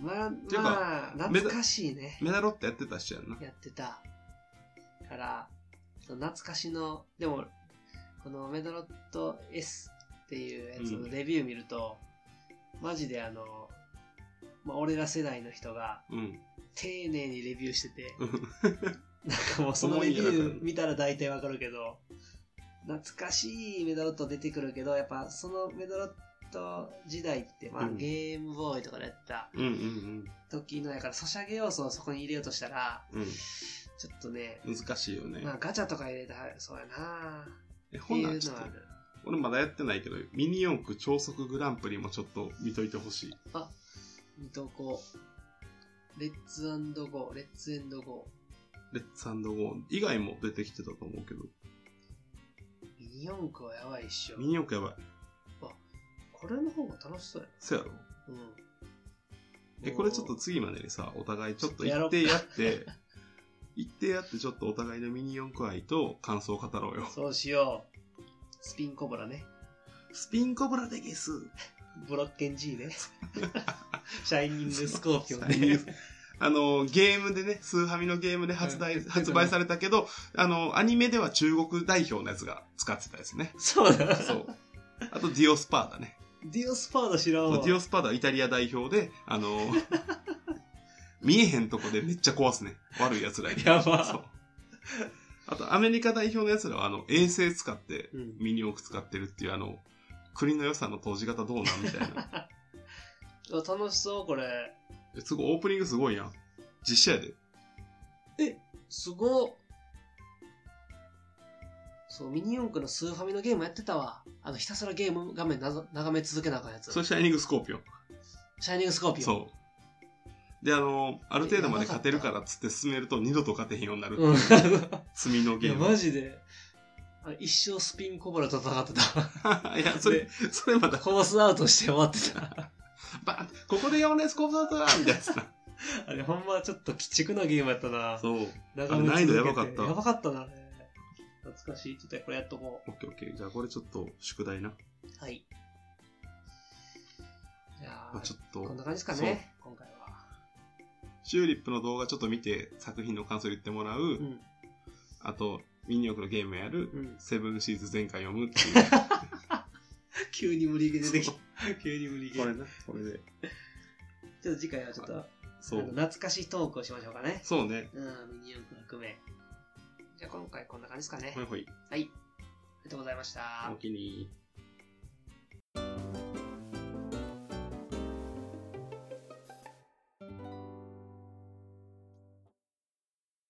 まあ、ていうまあ、メダ懐かしいね。メダロってやってた人やんな。やってた。から、懐かしの、でも、このメダロット S っていうやつうのんレビュー見ると、マジであの、まあ、俺ら世代の人がうん。丁寧にレビューしてて、う んなんかもうその重レいビんやなュー見たら大体わかるけど、懐かしいメダロット出てくるけど、やっぱそのメダロット時代って、まあ、うんゲームボーイとかでやってたうんうん時のやから、ソシャゲ要素をそこに入れようとしたら、うん。ちょっとね、うん。難しいよね。まあガチャとか入れたらそうやなえ、ってほんいならうちょのっはとあ、る。俺まだやってないけど、ミニ四駆超速グランプリもちょっと見といてほしい。あ、見とこう。レッツゴー、レッツエンドゴレッツゴー以外も出てきてたと思うけど。ー。ミニ四駆はやばいっしょミ。ニ四駆やばい。これの方が楽しそうやそうやろな。うん。え、これちょっと次までにさ、お互いちょっとちょっとやろ一っか定やって、 一定やってちょっとお互いのミニ四駆愛と感想を語ろうよ。そうしよう。スピンコブラね。スピンコブラでゲス。ブロッケン G ね。シャイニングスコーピオンシャイニンねグ。あの、ゲームでね、スーハミのゲームで発売,、うん発売されたけど、あの、アニメでは中国代表のやつが使ってたやつね。そうだ。そう。あと、ディオスパーだね。ディオスパーダ知らんそうわ。ディオスパーダはイタリア代表で、あ の、見えへんとこでめっちゃ壊すね。悪い奴らに。やばそうあと、アメリカ代表の奴らは、あの、衛星使って、うん。ミニオーク使ってるっていう、あの、国の良さの投じ方どうなんみた いな。うわ楽しそう、これ。えすごい、オープニングすごいやん。実写やで。すごっそう、ミニ四駆のスーファミのゲームやってたわ。あの、ひたすらゲーム画面なぞ眺め続けなあかんやつ。それシャイニングスコーピオン。シャイニングスコーピオン。そう。で、あの、ある程度まで勝てるからっつって進めると二度と勝てへんようになるってんいう、積みのいゲや、ーム。マジで。あ一生スピンコブラと戦ってた。 いや、それで、それまた、コースアウトして終わってた。バーンってここで4レースコープだったなみたいなやつな。 あれ、ほんまちょっと鬼畜なゲームやったな。そう。オッ眺めあれ難易度続けてやばかったやばかったな、あれ懐かしい。ちょっとこれやっとこケーオッケー。じゃあこれちょっと宿題な。う。はい。じゃまああ、ちょっこんと、な感じですかね。今回は。チューリップの動画ちょっと見て作品の感想言ってもらう。うん。あと、ミニオクのゲームやる。 うん。セブンシーズ全巻読むっていう。急に無理ゲー出てきそた。急に無理ゲこれー。な、これで。ちょっと次回はちょっと、そあのう。懐かしいトークをしましょうかね。そうね。うん、ミニ四駆含め。じゃあ今回こんな感じですかね。ほいほい。はい。ありがとうございました。おおきに。